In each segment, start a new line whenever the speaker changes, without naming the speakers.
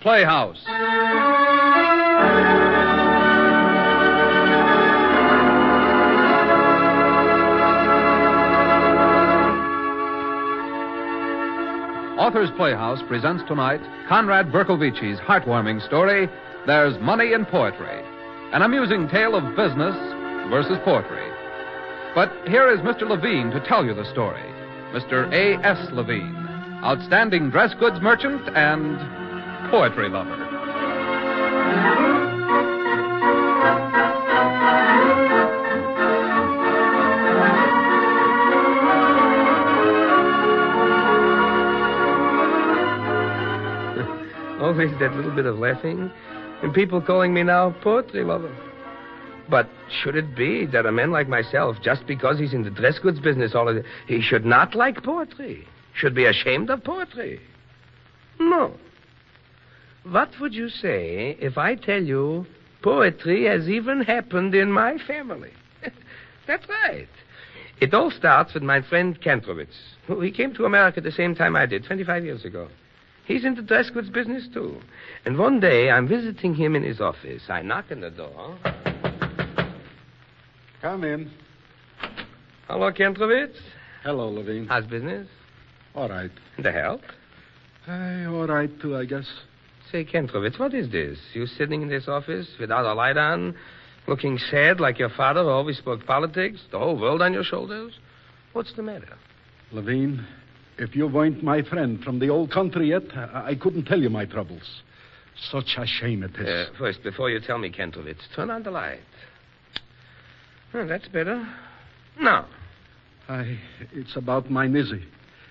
Playhouse. Author's Playhouse presents tonight Conrad Berkovici's heartwarming story, There's Money in Poetry, an amusing tale of business versus poetry. But here is Mr. Levine to tell you the story. Mr. A.S. Levine, outstanding dress goods merchant and poetry lover.
Always that little bit of laughing, and people calling me now poetry lover. But should it be that a man like myself, just because he's in the dress goods business all of the, he should not like poetry? Should be ashamed of poetry? No. What would you say if I tell you poetry has even happened in my family? That's right. It all starts with my friend Kantrowitz, who he came to America the same time I did, 25 years ago. He's in the dress goods business, too. And one day, I'm visiting him in his office. I knock on the door.
Come in.
Hello, Kentrovitz.
Hello, Levine.
How's business?
All right.
The help?
Hey, all right, too, I guess.
Say, Kentrovitz, what is this? You sitting in this office without a light on, looking sad like your father who always spoke politics, the whole world on your shoulders? What's the matter?
Levine, if you weren't my friend from the old country yet, I, I couldn't tell you my troubles. Such a shame it is.
Uh, first, before you tell me, Kentrovitz, turn on the light. Oh, that's better. Now,
I, it's about my Nizzy.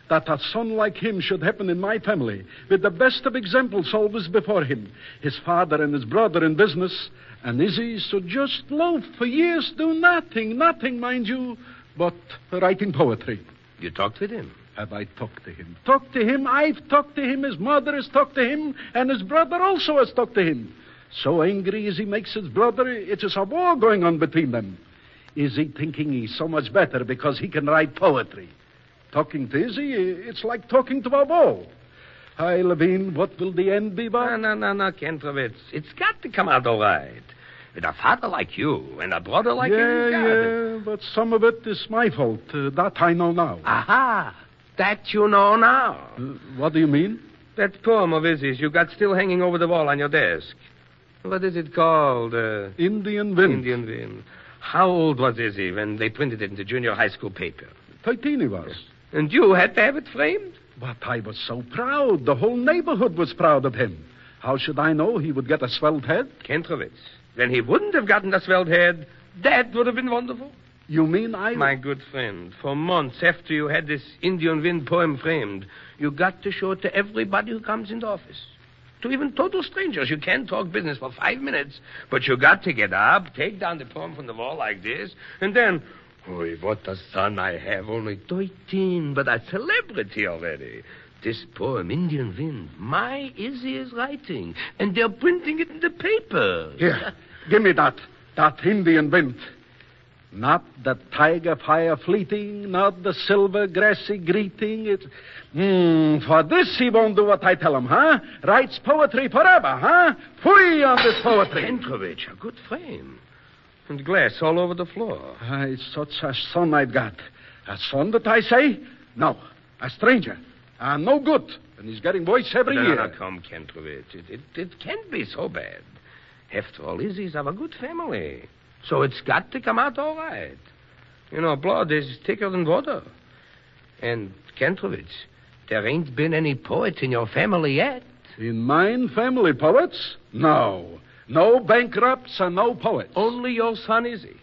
That a son like him should happen in my family, with the best of examples always before him. His father and his brother in business, and Izzy so just loaf for years, do nothing, nothing, mind you, but writing poetry.
you talked with him.
Have I talked to him? Talked to him? I've talked to him. His mother has talked to him, and his brother also has talked to him. So angry as he makes his brother, it is a war going on between them. Is he thinking he's so much better because he can write poetry? Talking to Izzy, it's like talking to a wall. Hi, Levine, what will the end be,
No,
by?
no, no, no, Kentrovitz. It's got to come out all right. With a father like you and a brother like you.
yeah,
you got it.
yeah, but some of it is my fault. Uh, that I know now.
Aha! That you know now.
Uh, what do you mean?
That poem of Izzy's you got still hanging over the wall on your desk. What is it called? Uh,
Indian wind.
Indian Wind. How old was Izzy when they printed it in the junior high school paper?
Titini was.
And you had to have it framed?
But I was so proud. The whole neighborhood was proud of him. How should I know he would get a swelled head?
Kentrovitz. Then he wouldn't have gotten a swelled head. That would have been wonderful.
You mean I.
My good friend, for months after you had this Indian Wind poem framed, you got to show it to everybody who comes into office. To even total strangers. You can't talk business for five minutes, but you got to get up, take down the poem from the wall like this, and then, Oy, what a son I have. Only 13, but a celebrity already. This poem, Indian Wind, my Izzy is writing, and they're printing it in the paper.
Here, give me that. That Indian wind. Not the tiger fire fleeting, not the silver grassy greeting. It. Hmm, for this he won't do what I tell him, huh? Writes poetry forever, huh? Fui on this poetry.
Petrovich, a good frame. And glass all over the floor.
I, such a son I've got. A son that I say? No, a stranger. I'm no good. And he's getting voice every
no,
year.
no, no, come, Kentrovich. It, it, it can't be so bad. After all, Izzy's have a good family. So it's got to come out all right. You know, blood is thicker than water. And, Kentrovich, there ain't been any poet in your family yet.
In mine, family poets? No. No bankrupts and no poets.
Only your son Izzy.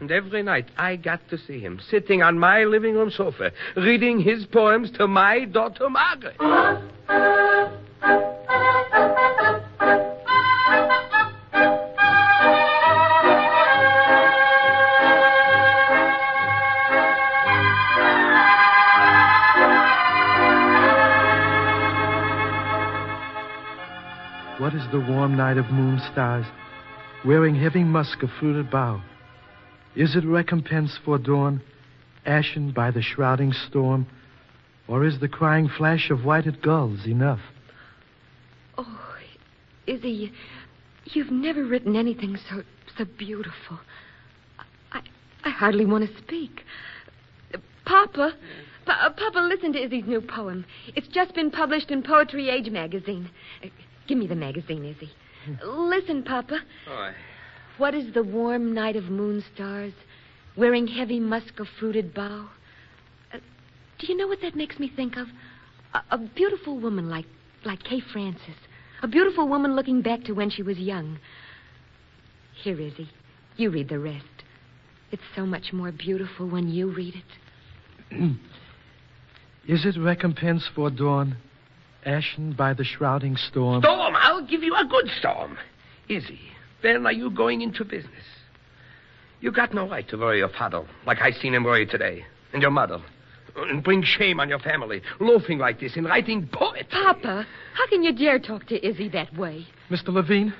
And every night I got to see him sitting on my living room sofa, reading his poems to my daughter Margaret.
What is the warm night of moon stars, wearing heavy musk of fruited bough? Is it recompense for dawn, ashen by the shrouding storm, or is the crying flash of whited gulls enough?
Oh, Izzy, you've never written anything so so beautiful. I I hardly want to speak. Papa, Pa- Papa, listen to Izzy's new poem. It's just been published in Poetry Age magazine. Uh, Give me the magazine, Izzy. Listen, Papa.
Oh,
What is the warm night of moon stars, wearing heavy musk of fruited bough? Uh, do you know what that makes me think of? A, a beautiful woman like like Kay Francis, a beautiful woman looking back to when she was young. Here, Izzy, you read the rest. It's so much more beautiful when you read it.
Is it recompense for dawn, ashen by the shrouding storm?
Storm, I'll give you a good storm. Izzy, when are you going into business? You got no right to worry your father like I seen him worry today, and your mother, and bring shame on your family, loafing like this and writing poetry.
Papa, how can you dare talk to Izzy that way?
Mr. Levine,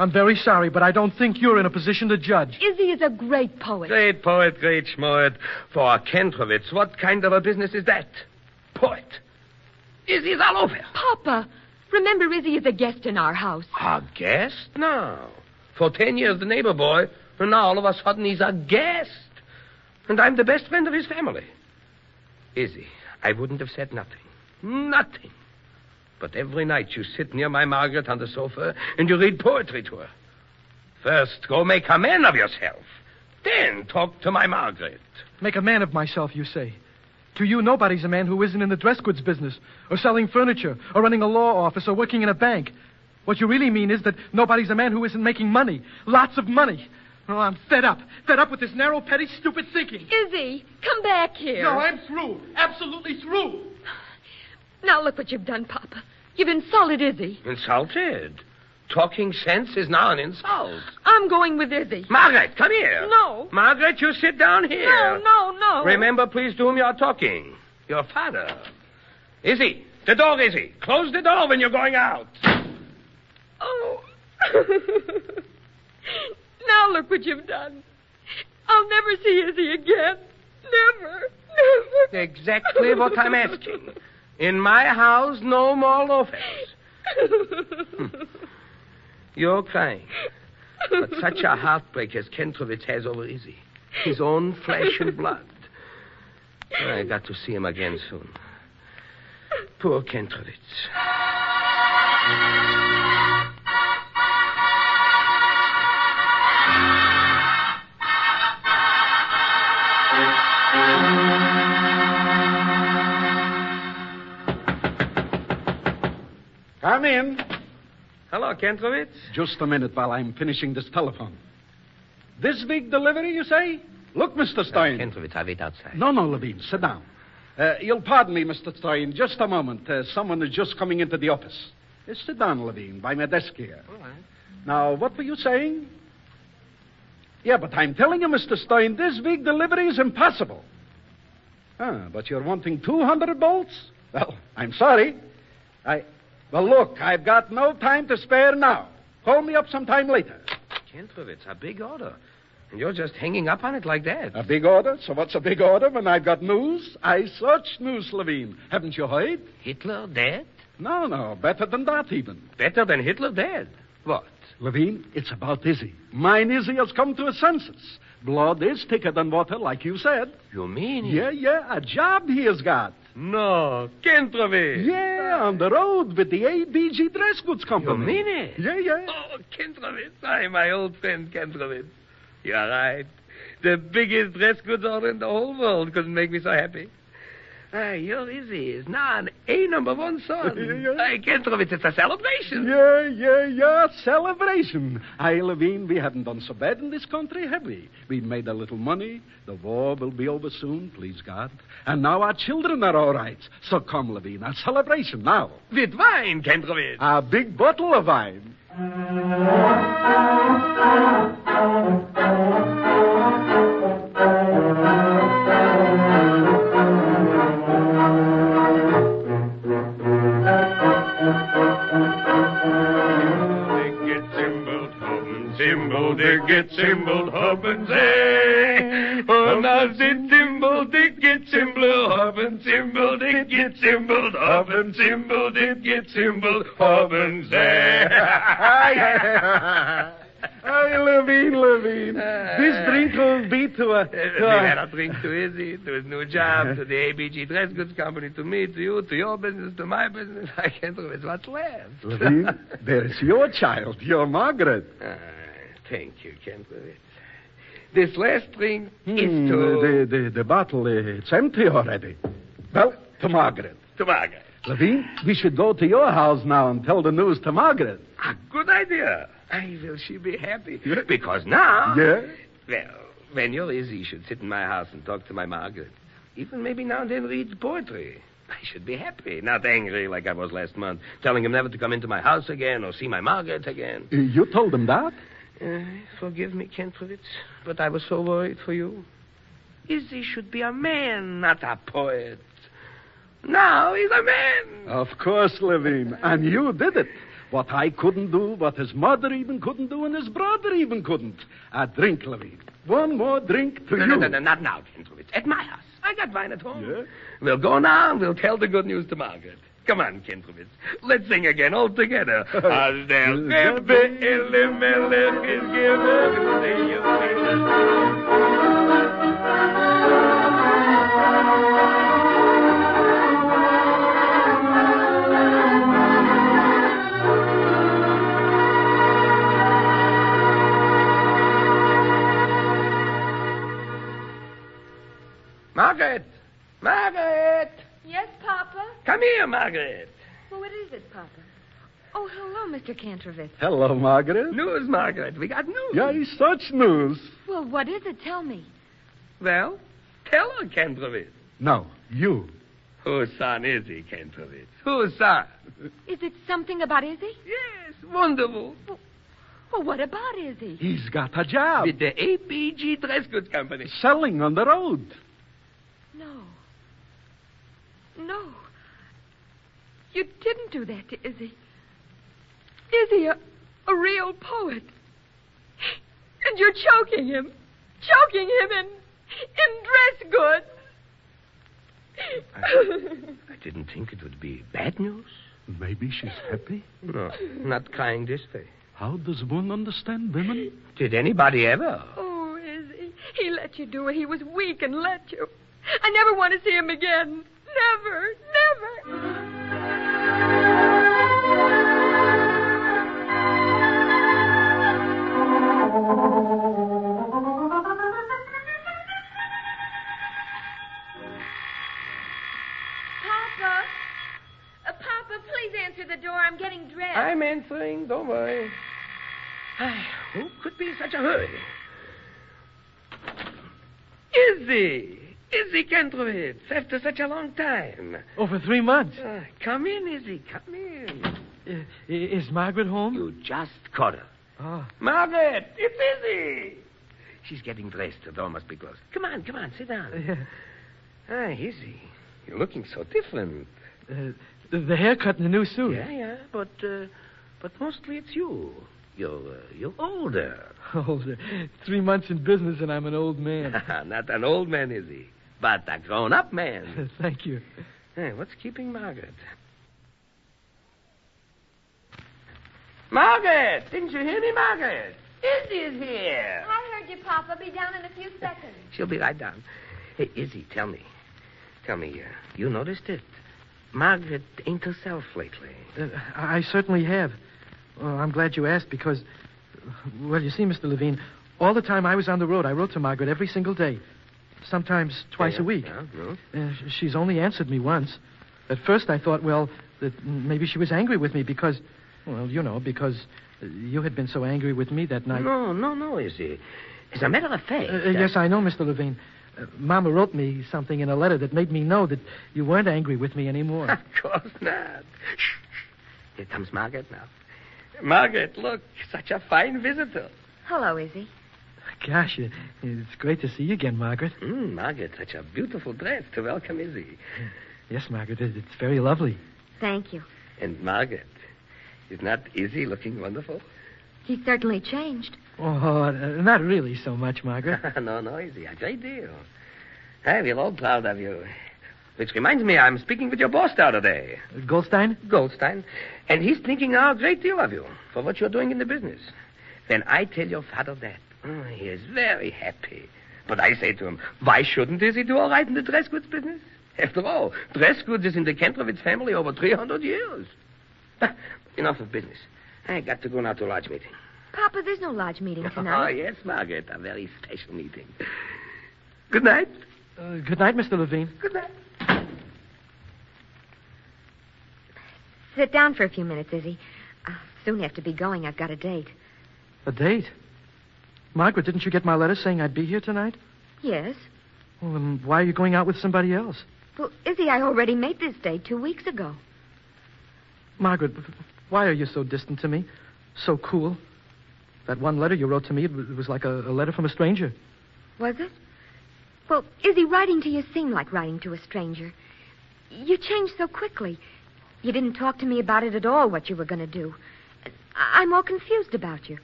I'm very sorry, but I don't think you're in a position to judge.
Izzy is a great poet.
Great poet, great schmoet. For a Kentrovitz, what kind of a business is that? Poet. Izzy's all over.
Papa, remember Izzy is a guest in our house.
A guest now. For ten years, the neighbor boy, and now all of a sudden he's a guest. And I'm the best friend of his family. Izzy, I wouldn't have said nothing. Nothing. But every night you sit near my Margaret on the sofa and you read poetry to her. First, go make a man of yourself. Then talk to my Margaret.
Make a man of myself, you say. To you, nobody's a man who isn't in the dress goods business, or selling furniture, or running a law office, or working in a bank. What you really mean is that nobody's a man who isn't making money. Lots of money. Oh, I'm fed up. Fed up with this narrow, petty, stupid thinking.
Izzy, come back here.
No, I'm through. Absolutely through.
Now look what you've done, Papa. You've insulted Izzy.
Insulted? Talking sense is now an insult.
I'm going with Izzy.
Margaret, come here.
No.
Margaret, you sit down here.
No, no, no.
Remember, please, to whom you are talking. Your father. Izzy, the door, Izzy. Close the door when you're going out.
Oh. now look what you've done. I'll never see Izzy again. Never. Never.
Exactly what I'm asking. In my house, no more loafers. You're crying. But such a heartbreak as Kentrovitz has over Izzy. His own flesh and blood. I got to see him again soon. Poor Kentrovitz.
Come in.
Hello, Kentrovitz.
Just a minute while I'm finishing this telephone. This week delivery, you say? Look, Mr. Stein.
Kentrovitz, I wait outside.
No, no, Levine, sit down. Uh, you'll pardon me, Mr. Stein, just a moment. Uh, someone is just coming into the office. Uh, sit down, Levine, by my desk here. Now, what were you saying? Yeah, but I'm telling you, Mr. Stein, this week delivery is impossible. Ah, but you're wanting 200 bolts? Well, I'm sorry. I. Well, look, I've got no time to spare now. Call me up sometime later.
Kentrovitz, a big order. And you're just hanging up on it like that.
A big order? So what's a big order when I've got news? I searched news, Levine. Haven't you heard?
Hitler dead?
No, no, better than that even.
Better than Hitler dead. What?
Levine, it's about Izzy. Mine Izzy has come to his senses. Blood is thicker than water, like you said.
You mean?
Yeah, yeah, a job he has got.
No, Kentrovitz.
Yeah, on the road with the ABG Dress Goods
You
Company.
mean it?
Yeah, yeah.
Oh, Kentrovitz. Hi, my old friend Kentrovitz. You're right. The biggest dress goods order in the whole world couldn't make me so happy. Ah, your Izzy is now an A number one son.
Yeah, yeah.
Hey, Kentrovitz, it's a celebration.
Yeah, yeah, yeah, celebration. I, Levine, we haven't done so bad in this country, have we? We've made a little money. The war will be over soon, please God. And now our children are all right. So come, Levine, a celebration now.
With wine, Kentrovitz.
A big bottle of wine.
Zimbeltoben, Zimbeltoben,
Timble Dick, get Timbled, hop and say. Oh, now sit Timble Dick, get Timbled, hop and Timble Dick, get Timbled, hop and Timble Dick, get Timbled, hop and say.
Hey, Levine, Levine.
Ah.
this drink will be to a.
we had a drink to Izzy, to his new job, to the ABG Dress Goods Company, to me, to you, to your business, to my business. I can't do it. What's left?
Levine, there's your child, your Margaret.
Ah, thank you, Kendrick. This last drink
Hmm,
is to...
the, the, the bottle, uh, it's empty already. Well, to Margaret.
To Margaret.
Levine, we should go to your house now and tell the news to Margaret.
A good idea. Ay, will she be happy? Because now...
Yeah?
Well, when you're Izzy, you should sit in my house and talk to my Margaret. Even maybe now and then read poetry. I should be happy, not angry like I was last month, telling him never to come into my house again or see my Margaret again.
Uh, You told them that?
Uh, forgive me, Kentrovitz, but I was so worried for you. Izzy should be a man, not a poet. Now he's a man.
Of course, Levine. And you did it. What I couldn't do, what his mother even couldn't do, and his brother even couldn't. A drink, Levine. One more drink to
no,
you.
no, no, no, not now, Kentrovitz. At my house. I got wine at home.
Yeah?
We'll go now and we'll tell the good news to Margaret. Come on, Kentrovitz. Let's sing again all together. As there be Elimelech is given to you. Margaret! Margaret!
Yes, Papa?
Come here, Margaret.
Well, what is it, Papa? Oh, hello, Mr. Kantrovitz.
Hello, Margaret.
News, Margaret. We got news.
Yeah, it's such news.
Well, what is it? Tell me.
Well, tell her, Kentrovitz.
No, you.
Whose son is he, Kentrovitz? Whose son?
Is it something about Izzy?
Yes, wonderful.
Well, what about Izzy?
He's got a job.
With the ABG Dress Goods Company.
Selling on the road.
No. No. You didn't do that to Izzy. Izzy, a, a real poet. And you're choking him. Choking him in, in dress goods.
I didn't think it would be bad news.
Maybe she's happy.
No, not crying this way.
How does one understand women?
Did anybody ever?
oh, Izzy, he let you do it. He was weak and let you. I never want to see him again. Never, never.
Papa? Uh, Papa, please answer the door. I'm getting dressed.
I'm answering, don't worry. Ay, Who could be in such a hurry? Izzy! Izzy Kentrovitz, after such a long time.
Over three months.
Ah, come in, Izzy, come in.
I- i- is Margaret home?
You just caught her.
Ah.
Margaret, it's Izzy. She's getting dressed. The door must be closed. Come on, come on, sit down.
Yeah.
Ah, Izzy, you're looking so different.
Uh, the, the haircut and the new suit.
Yeah, yeah, but uh, but mostly it's you. You're uh, you're older.
Older. Three months in business and I'm an old man.
Not an old man, Izzy, but a grown-up man.
Thank you.
hey, what's keeping Margaret? Margaret, didn't you hear me, Margaret? Izzy is here.
I heard you, Papa. Be down in a few seconds.
She'll be right down. Hey, Izzy, tell me. Tell me, uh, you noticed it. Margaret ain't herself lately.
Uh, I I certainly have. Well, I'm glad you asked because, well, you see, Mr. Levine, all the time I was on the road, I wrote to Margaret every single day, sometimes twice
Yeah,
a week.
yeah, no.
Uh, sh- she's only answered me once. At first, I thought, well, that mm, maybe she was angry with me because, well, you know, because uh, you had been so angry with me that night.
No, no, no, Izzy. As a matter of fact.
Uh, uh, yes, I know, Mr. Levine. Uh, Mama wrote me something in a letter that made me know that you weren't angry with me anymore.
Of course not. Shh, shh. Here comes Margaret now. Margaret, look, such a fine visitor.
Hello, Izzy.
Gosh, it- it's great to see you again, Margaret.
Mm, Margaret, such a beautiful dress to welcome Izzy.
Yes, Margaret, it- it's very lovely.
Thank you.
And Margaret, is not Izzy looking wonderful?
He certainly changed.
Oh, uh, not really so much, Margaret.
no, no, easy. A great deal. I feel all proud of you. Which reminds me, I'm speaking with your boss now today,
Uh, Goldstein?
Goldstein, and he's thinking now a great deal of you for what you're doing in the business. When I tell your father that, mm, he is very happy. But I say to him, why shouldn't Izzy do all right in the dress goods business? After all, dress goods is in the Kentrovitz family over 300 years. Ah, Enough of business. I got to go now to a lodge meeting.
Papa, there's no lodge meeting
Oh,
tonight.
yes, Margaret, a very special meeting. Good night.
Uh, good night, Mr. Levine.
Good night.
Sit down for a few minutes, Izzy. I'll soon have to be going. I've got a date.
A date? Margaret, didn't you get my letter saying I'd be here tonight?
Yes.
Well, then why are you going out with somebody else?
Well, Izzy, I already made this date two weeks ago.
Margaret, why are you so distant to me? So cool? That one letter you wrote to me, it w- it was like a, a letter from a stranger.
Was it? Well, Izzy, writing to you seemed like writing to a stranger. You changed so quickly. You didn't talk to me about it at all, what you were going to do. I- I'm all confused about you.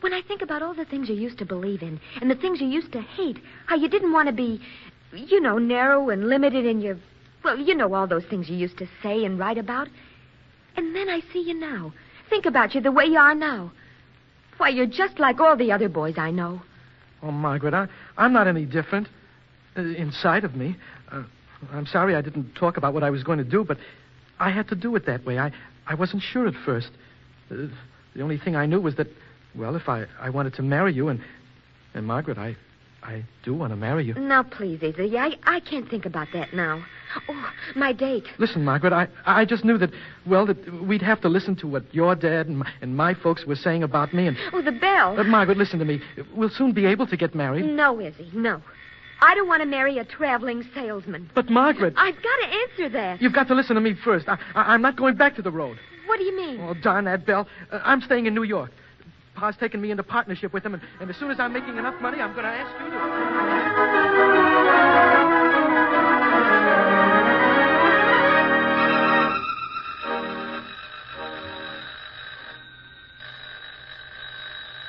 When I think about all the things you used to believe in and the things you used to hate, how you didn't want to be, you know, narrow and limited in your. Well, you know all those things you used to say and write about. And then I see you now. Think about you the way you are now. Why, you're just like all the other boys I know.
Oh, Margaret, I, I'm not any different uh, inside of me. Uh, I'm sorry I didn't talk about what I was going to do, but I had to do it that way. I, I wasn't sure at first. Uh, the only thing I knew was that, well, if I, I wanted to marry you, and, and Margaret, I, I do want to marry you.
Now, please, Izzy, I, I can't think about that now. Oh, my date.
Listen, Margaret, I, I just knew that, well, that we'd have to listen to what your dad and my, and my folks were saying about me. And,
Oh, the bell.
but, Margaret, listen to me. We'll soon be able to get married.
No, Izzy, no. I don't want to marry a traveling salesman.
But, Margaret,
I've got to answer that.
you've got to listen to me first. I, I, I'm not going back to the road.
What do you mean?
Oh, darn that bell. Uh, I'm staying in New York. Pa's taken me into partnership with him, and, and as soon as I'm making enough money, I'm going to ask you to.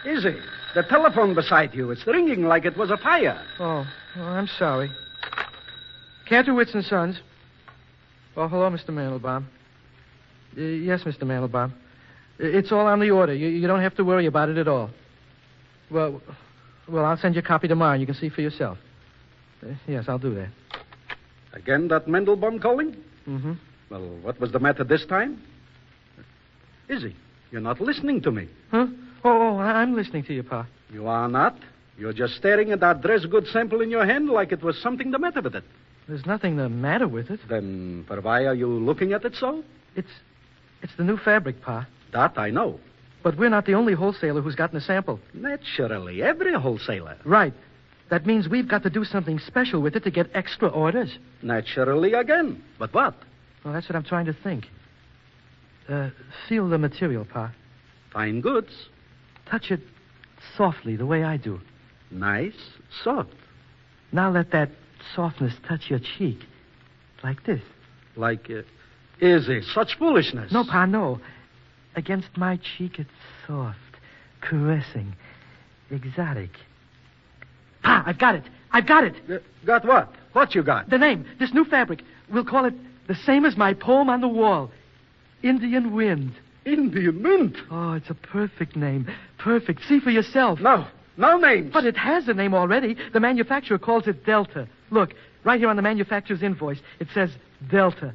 Izzy, the telephone beside you. It's ringing like it was a fire.
Oh, well, I'm sorry. Cantorwitz and Sons. Well, hello, Mr. Mandelbaum. Uh, yes, Mr. Mandelbaum. I- It's all on the order. You, you don't have to worry about it at all. Well, well, I'll send you a copy tomorrow, and you can see for yourself. Uh, yes, I'll do that.
Again, that Mendelbaum calling?
Mm-hmm.
Well, what was the matter this time? Izzy, you're not listening to me.
Huh? Oh, oh, I- I'm listening to you, Pa.
You are not. You're just staring at that dress good sample in your hand like it was something the matter with it.
There's nothing the matter with it.
Then, for why are you looking at it so?
It's, it's the new fabric, Pa.
That I know.
But we're not the only wholesaler who's gotten a sample.
Naturally, every wholesaler.
Right. That means we've got to do something special with it to get extra orders.
Naturally again. But what?
Well, that's what I'm trying to think. Uh, feel the material, Pa.
Fine goods.
Touch it softly, the way I do.
Nice, soft,
Now let that softness touch your cheek. Like this.
like uh, Izzy. Such foolishness.
No, Pa, no. Against my cheek, it's soft, caressing, exotic. Pa, I've got it. I've got it.
Uh, got what? What you got?
The name, this new fabric. We'll call it the same as my poem on the wall Indian Wind.
Indian mint.
Oh, it's a perfect name. Perfect. See for yourself.
No, no names.
But it has a name already. The manufacturer calls it Delta. Look, right here on the manufacturer's invoice, it says Delta.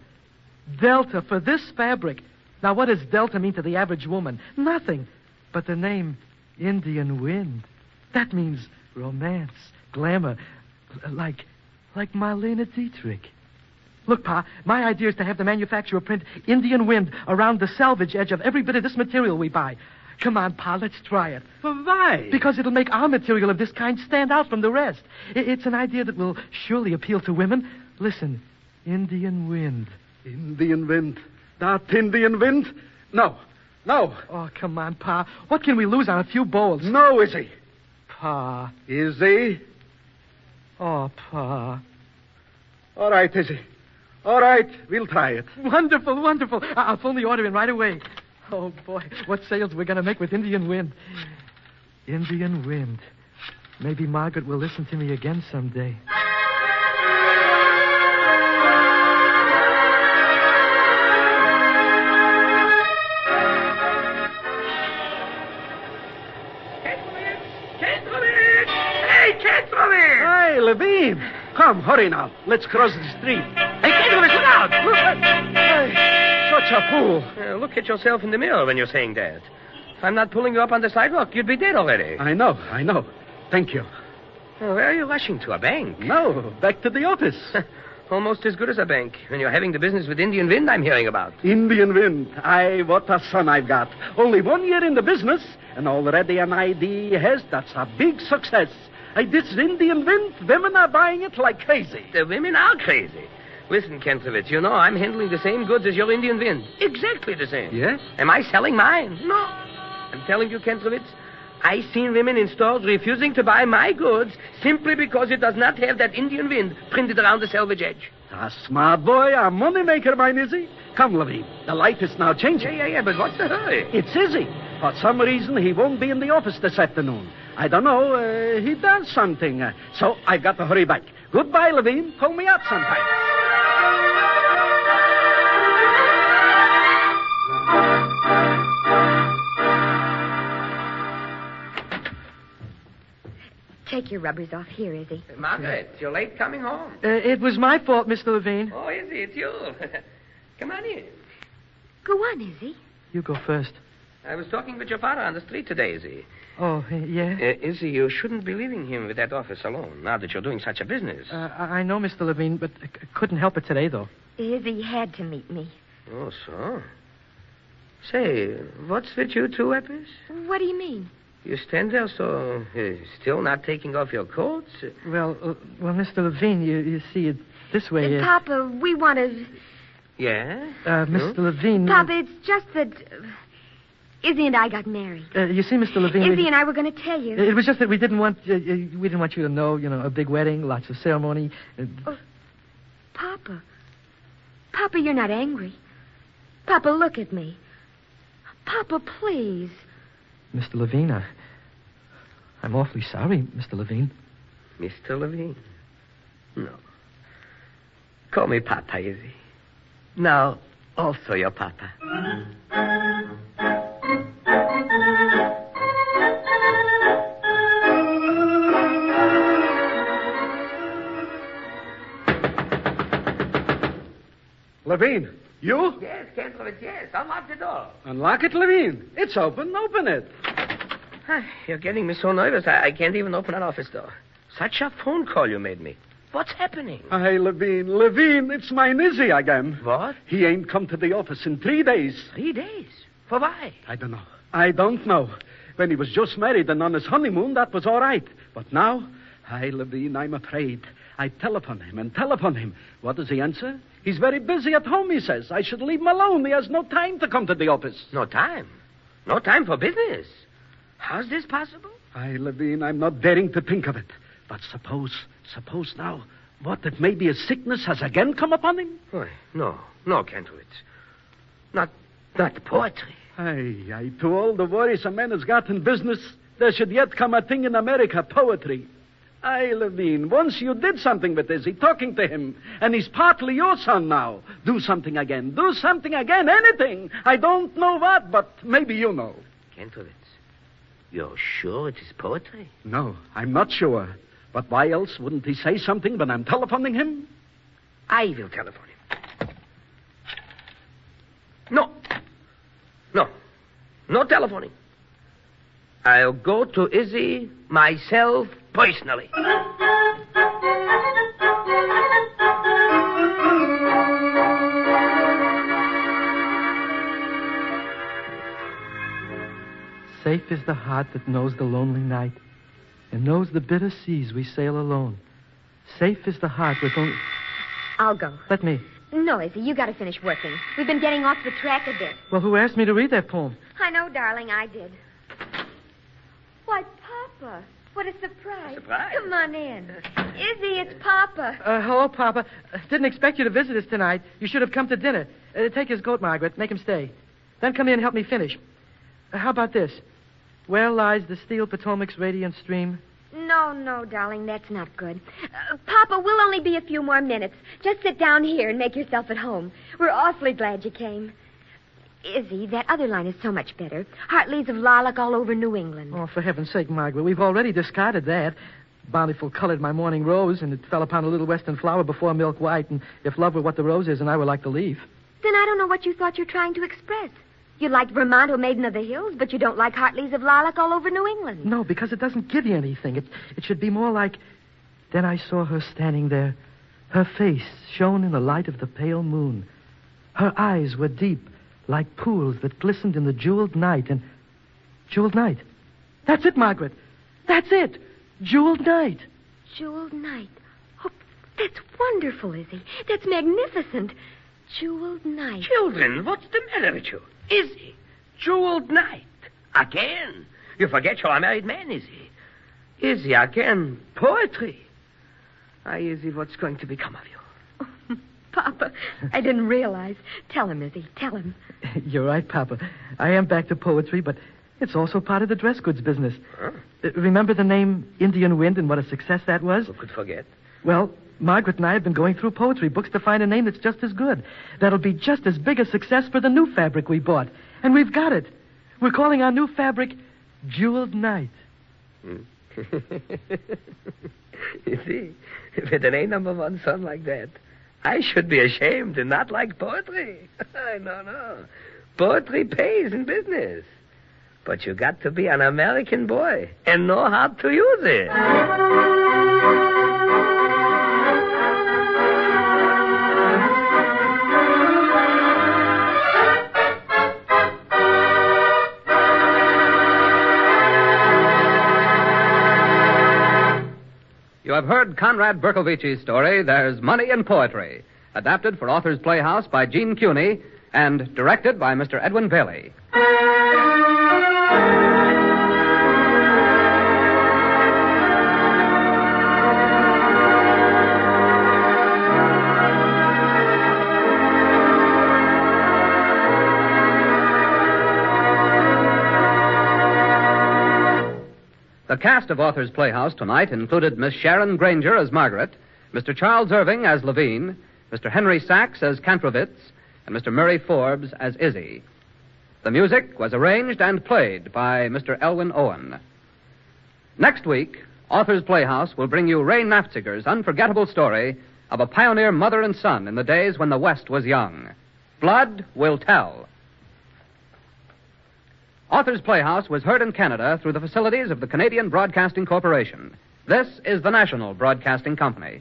Delta for this fabric. Now, what does Delta mean to the average woman? Nothing. But the name Indian Wind. That means romance, glamour, l- like, like Marlena Dietrich. Look, Pa, my idea is to have the manufacturer print Indian Wind around the salvage edge of every bit of this material we buy. Come on, Pa, let's try it.
For why?
Because it'll make our material of this kind stand out from the rest. I- It's an idea that will surely appeal to women. Listen, Indian wind.
Indian wind. That Indian wind? No, no,
Oh, come on, Pa. What can we lose on a few bowls?
no, Izzy.
Pa.
Izzy?
Oh, Pa.
All right, Izzy. All right, we'll try it.
Wonderful, wonderful. I- I'll phone the order in right away. Oh, boy. What sales we're going to make with Indian wind. Indian wind. Maybe Margaret will listen to me again someday.
Hey, Levine. Come, hurry now. Let's cross the street.
Hey, Kendrick, look out! Look out! Hey,
Such a fool.
uh, look at yourself in the mirror when you're saying that. If I'm not pulling you up on the sidewalk, you'd be dead already.
I know, I know. Thank you.
Oh, where are you rushing to? A bank?
Now, back to the office.
Almost as good as a bank. When you're having the business with Indian wind I'm hearing about.
Indian wind. I, what a son I've got. Only one year in the business, and already an ID has. That's a big success. I, this Indian wind, women are buying it like crazy.
The women are crazy. Listen, Kentrovitz, you know I'm handling the same goods as your Indian wind. Exactly the same.
Yes?
Am I selling mine? No. I'm telling you, Kentrovitz, I've seen women in stores refusing to buy my goods simply because it does not have that Indian wind printed around the selvage edge.
A smart boy, a moneymaker, mine Izzy. Come, Levine. The light is now
Yeah,
changing.
yeah, yeah, but what's the hurry?
It's Izzy. For some reason, he won't be in the office this afternoon. I don't know. Uh, he does something. Uh, so I've got to hurry back. Goodbye, Levine. Call me up sometime.
Take your rubbers off here, Izzy.
Margaret, you're late coming home.
Uh, it was my fault, Mr. Levine.
Oh, Izzy, it's you. Come on in.
Go on, Izzy.
You go first.
I was talking with your father on the street today, Izzy.
Oh, uh, yeah?
Uh, Izzy, you shouldn't be leaving him with that office alone now that you're doing such a business.
Uh, I I know, Mr. Levine, but I c- couldn't help it today, though.
Izzy had to meet me.
Oh, so? Say, what's with you two, Eppis?
What do you mean?
You stand there so uh, still not taking off your coats?
Well, uh, well, Mr. Levine, you, you see it this way.
Uh,
uh,
Papa, we wanted.
Yeah?
uh, Mr. Levine.
Papa, it's just that uh, Izzy and I got married.
Uh, you see, Mr. Levine.
Izzy and I were going to tell you.
It was just that we didn't want uh, uh, we didn't want you to know, you know, a big wedding, lots of ceremony. Uh,
Papa. Papa, you're not angry. Papa, look at me. Papa, please.
Mr. Levine, I, I'm awfully sorry, Mr. Levine.
Mr. Levine? No. Call me Papa, Izzy. Now, also your Papa.
Levine, you?
Yes, Kentrovitz, yes. Unlock the door.
Unlock it, Levine. It's open. Open it.
You're getting me so nervous, I, I can't even open an office door. Such a phone call you made me. What's happening?
Hi, Levine. Levine, it's my Izzy again.
What?
He ain't come to the office in three days.
Three days. For why?
I don't know. I don't know. When he was just married and on his honeymoon, that was all right. But now, I, Levine, I'm afraid. I telephone him and telephone him. What does he answer? He's very busy at home, he says. I should leave him alone. He has no time to come to the office.
No time. No time for business. How's this possible?
I, Levine, I'm not daring to think of it. But suppose, suppose now, what if maybe his sickness has again come upon him?
Why, no, no, Kentowitz. Not, not poetry.
Aye, aye, to all the worries a man has got in business, there should yet come a thing in America, poetry. Aye, Levine, once you did something with Izzy, talking to him, and he's partly your son now. Do something again, do something again, anything. I don't know what, but maybe you know.
Kentowitz, you're sure it is poetry?
No, I'm not sure. But why else wouldn't he say something when I'm telephoning him?
I will telephone him. No. No. No telephoning. I'll go to Izzy myself personally.
Safe is the heart that knows the lonely night, and knows the bitter seas we sail alone. Safe is the heart with only.
I'll go.
Let me.
No, Izzy, you got to finish working. We've been getting off the track a bit.
Well, who asked me to read that poem?
I know, darling, I did. Why, Papa, what a surprise.
Surprise?
Come on in. Izzy, it's Papa.
Uh, hello, Papa. Uh, didn't expect you to visit us tonight. You should have come to dinner. Uh, take his goat, Margaret. Make him stay. Then come in and help me finish. Uh, how about this? Where lies the steel Potomac's radiant stream?
No, no, darling, that's not good. Uh, Papa, we'll only be a few more minutes. Just sit down here and make yourself at home. We're awfully glad you came. Izzy, that other line is so much better. Hartley's of Lilac all over New England.
Oh, for heaven's sake, Margaret, we've already discarded that. Bountiful colored my morning rose, and it fell upon a little western flower before milk white, and if love were what the rose is, and I were like the leaf.
Then I don't know what you thought you were trying to express. You like Vermont or Maiden of the Hills, but you don't like Hartley's of Lilac all over New England.
No, because it doesn't give you anything. It, it should be more like. Then I saw her standing there. Her face shone in the light of the pale moon. Her eyes were deep, like pools that glistened in the jeweled night, and. Jeweled night. That's it, Margaret. That's it. Jeweled night.
Jeweled night. Oh, that's wonderful, Izzy. That's magnificent. Jeweled night.
Children, what's the matter with you? Izzy, jeweled night. Again. You forget you're a married man, Izzy. Izzy, again, poetry. Ah, Izzy, what's going to become of you?
Papa, I didn't realize. Tell him, Izzy. Tell him.
You're right, Papa. I am back to poetry, but it's also part of the dress goods business. Uh, Remember the name Indian Wind and what a success that was?
Who could forget?
Well, Margaret and I have been going through poetry books to find a name that's just as good. That'll be just as big a success for the new fabric we bought. And we've got it. We're calling our new fabric Jeweled Night.
you see, with an A number one son like that, I should be ashamed and not like poetry. no, no. Poetry pays in business. But you got to be an American boy and know how to use it.
You have heard Conrad Berkovici's story, There's Money in Poetry, adapted for Authors Playhouse by Gene Cuny and directed by Mr. Edwin Bailey. The cast of Authors Playhouse tonight included Miss Sharon Granger as Margaret, Mr. Charles Irving as Levine, Mr. Henry Sachs as Kantrovitz, and Mr. Murray Forbes as Izzy. The music was arranged and played by Mr. Elwin Owen. Next week, Authors Playhouse will bring you Ray Nafziger's unforgettable story of a pioneer mother and son in the days when the West was young. Blood will tell. Authors Playhouse was heard in Canada through the facilities of the Canadian Broadcasting Corporation. This is the National Broadcasting Company.